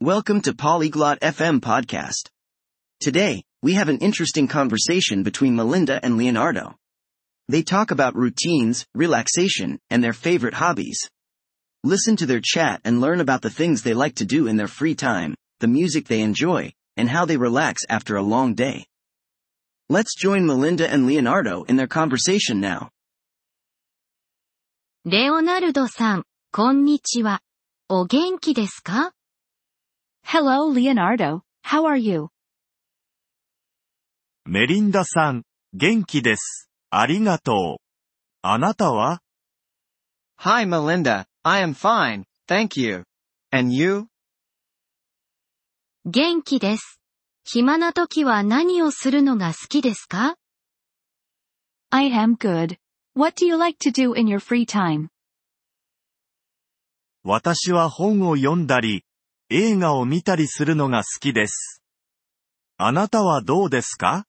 Welcome to Polyglot FM podcast. Today, we have an interesting conversation between Melinda and Leonardo. They talk about routines, relaxation, and their favorite hobbies. Listen to their chat and learn about the things they like to do in their free time, the music they enjoy, and how they relax after a long day. Let's join Melinda and Leonardo in their conversation now. レオナルドさん、こんにちは。お元気ですか Hello, Leonardo. How are you? メリンダさん、元気です。ありがとう。あなたは Hi Melinda, I am fine, thank you. And you? 元気です。暇な時は何をするのが好きですか I am good. What do you like to do in your free time? 私は本を読んだり、映画を見たりするのが好きです。あなたはどうですか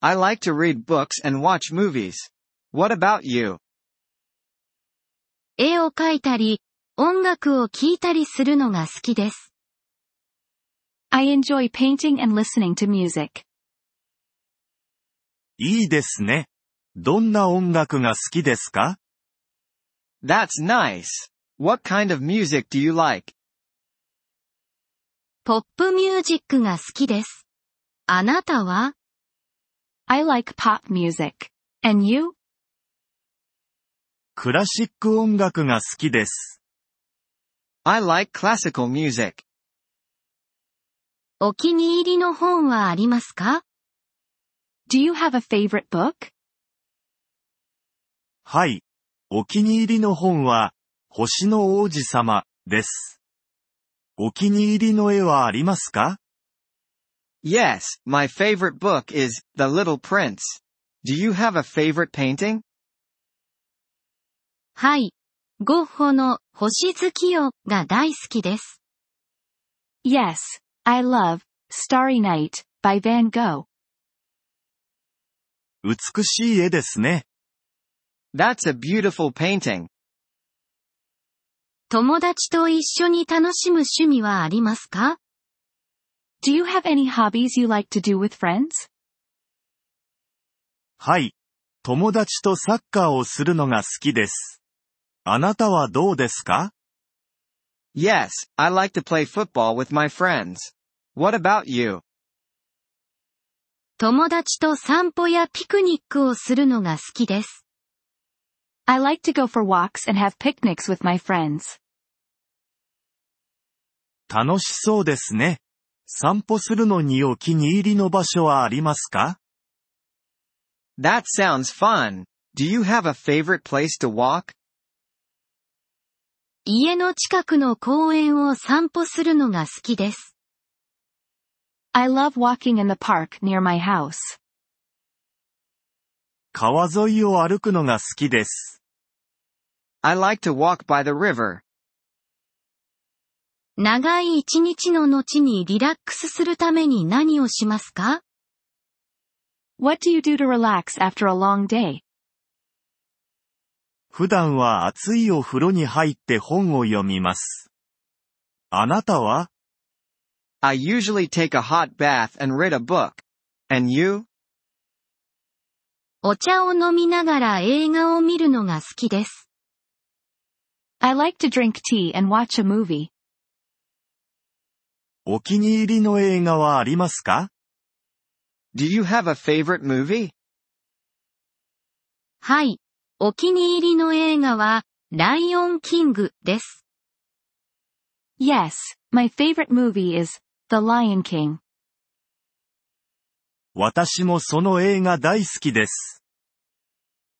I like to read books and watch movies. What about you? 絵を描いたり、音楽を聴いたりするのが好きです。 I enjoy painting and listening to music. いいですね。どんな音楽が好きですか That's nice. What kind of music do you like? ポップミュージックが好きです。あなたは I like pop music. And you? クラシック音楽が好きです。 I like classical music. お気に入りの本はありますか Do you have a favorite book? はい。お気に入りの本は、星の王子様、です。お気に入りの絵はありますか Yes, my favorite book is The Little Prince. Do you have a favorite painting? はい。ゴッホの星月夜が大好きです。 Yes. I love Starry Night by Van Gogh. 美しい絵ですね。 That's a beautiful painting. 友達と一緒に楽しむ趣味はありますか Do you have any hobbies you like to do with friends? はい。友達とサッカーをするのが好きです。あなたはどうですか Yes, I like to play football with my friends. What about you? 友達と散歩やピクニックをするのが好きです。 I like to go for walks and have picnics with my friends. 楽しそうですね。散歩するのにお気に入りの場所はありますか That sounds fun. Do you have a favorite place to walk? 家の近くの公園を散歩するのが好きです。 I love walking in the park near my house. 川沿いを歩くのが好きです。 I like to walk by the river. 長い一日の後にリラックスするために何をしますか What do you do to relax after a long day? 普段は暑いお風呂に入って本を読みます。あなたは I usually take a hot bath and read a book. And you? お茶を飲みながら映画を見るのが好きです。 I like to drink tea and watch a movie. お気に入りの映画はありますか Do you have a favorite movie? はい。お気に入りの映画は、ライオンキングです。 Yes, my favorite movie is The Lion King. 私もその映画大好きです。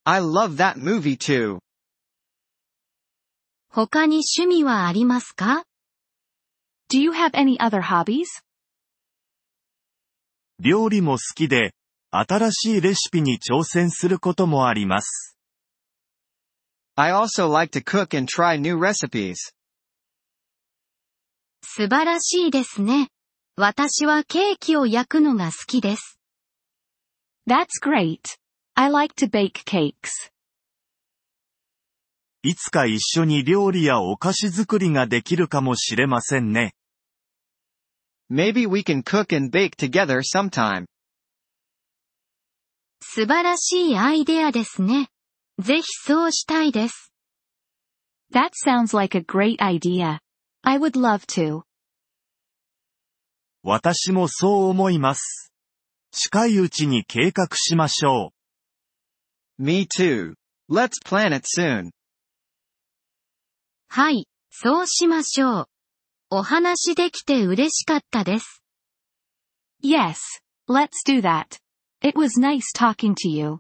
I love that movie too. 他に趣味はありますか Do you have any other hobbies? 料理も好きで、新しいレシピに挑戦することもあります。 I also like to cook and try new recipes. 素晴らしいですね。私はケーキを焼くのが好きです。 That's great. I like to bake cakes. いつか一緒に料理やお菓子作りができるかもしれませんね。 Maybe we can cook and bake together sometime. 素晴らしいアイデアですね。ぜひそうしたいです。 That sounds like a great idea. I would love to. 私もそう思います。近いうちに計画しましょ Me too. Let's plan it soon. はい、そうしましょう。お話できて嬉しかったです。 Yes. Let's do that. It was nice talking to you. う。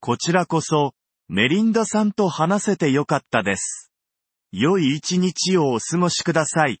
こちらこそ、メリンダさんと話せてよかったです。良い一日をお過ごしください。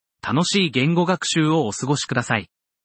楽しい言語学習をお過ごしください。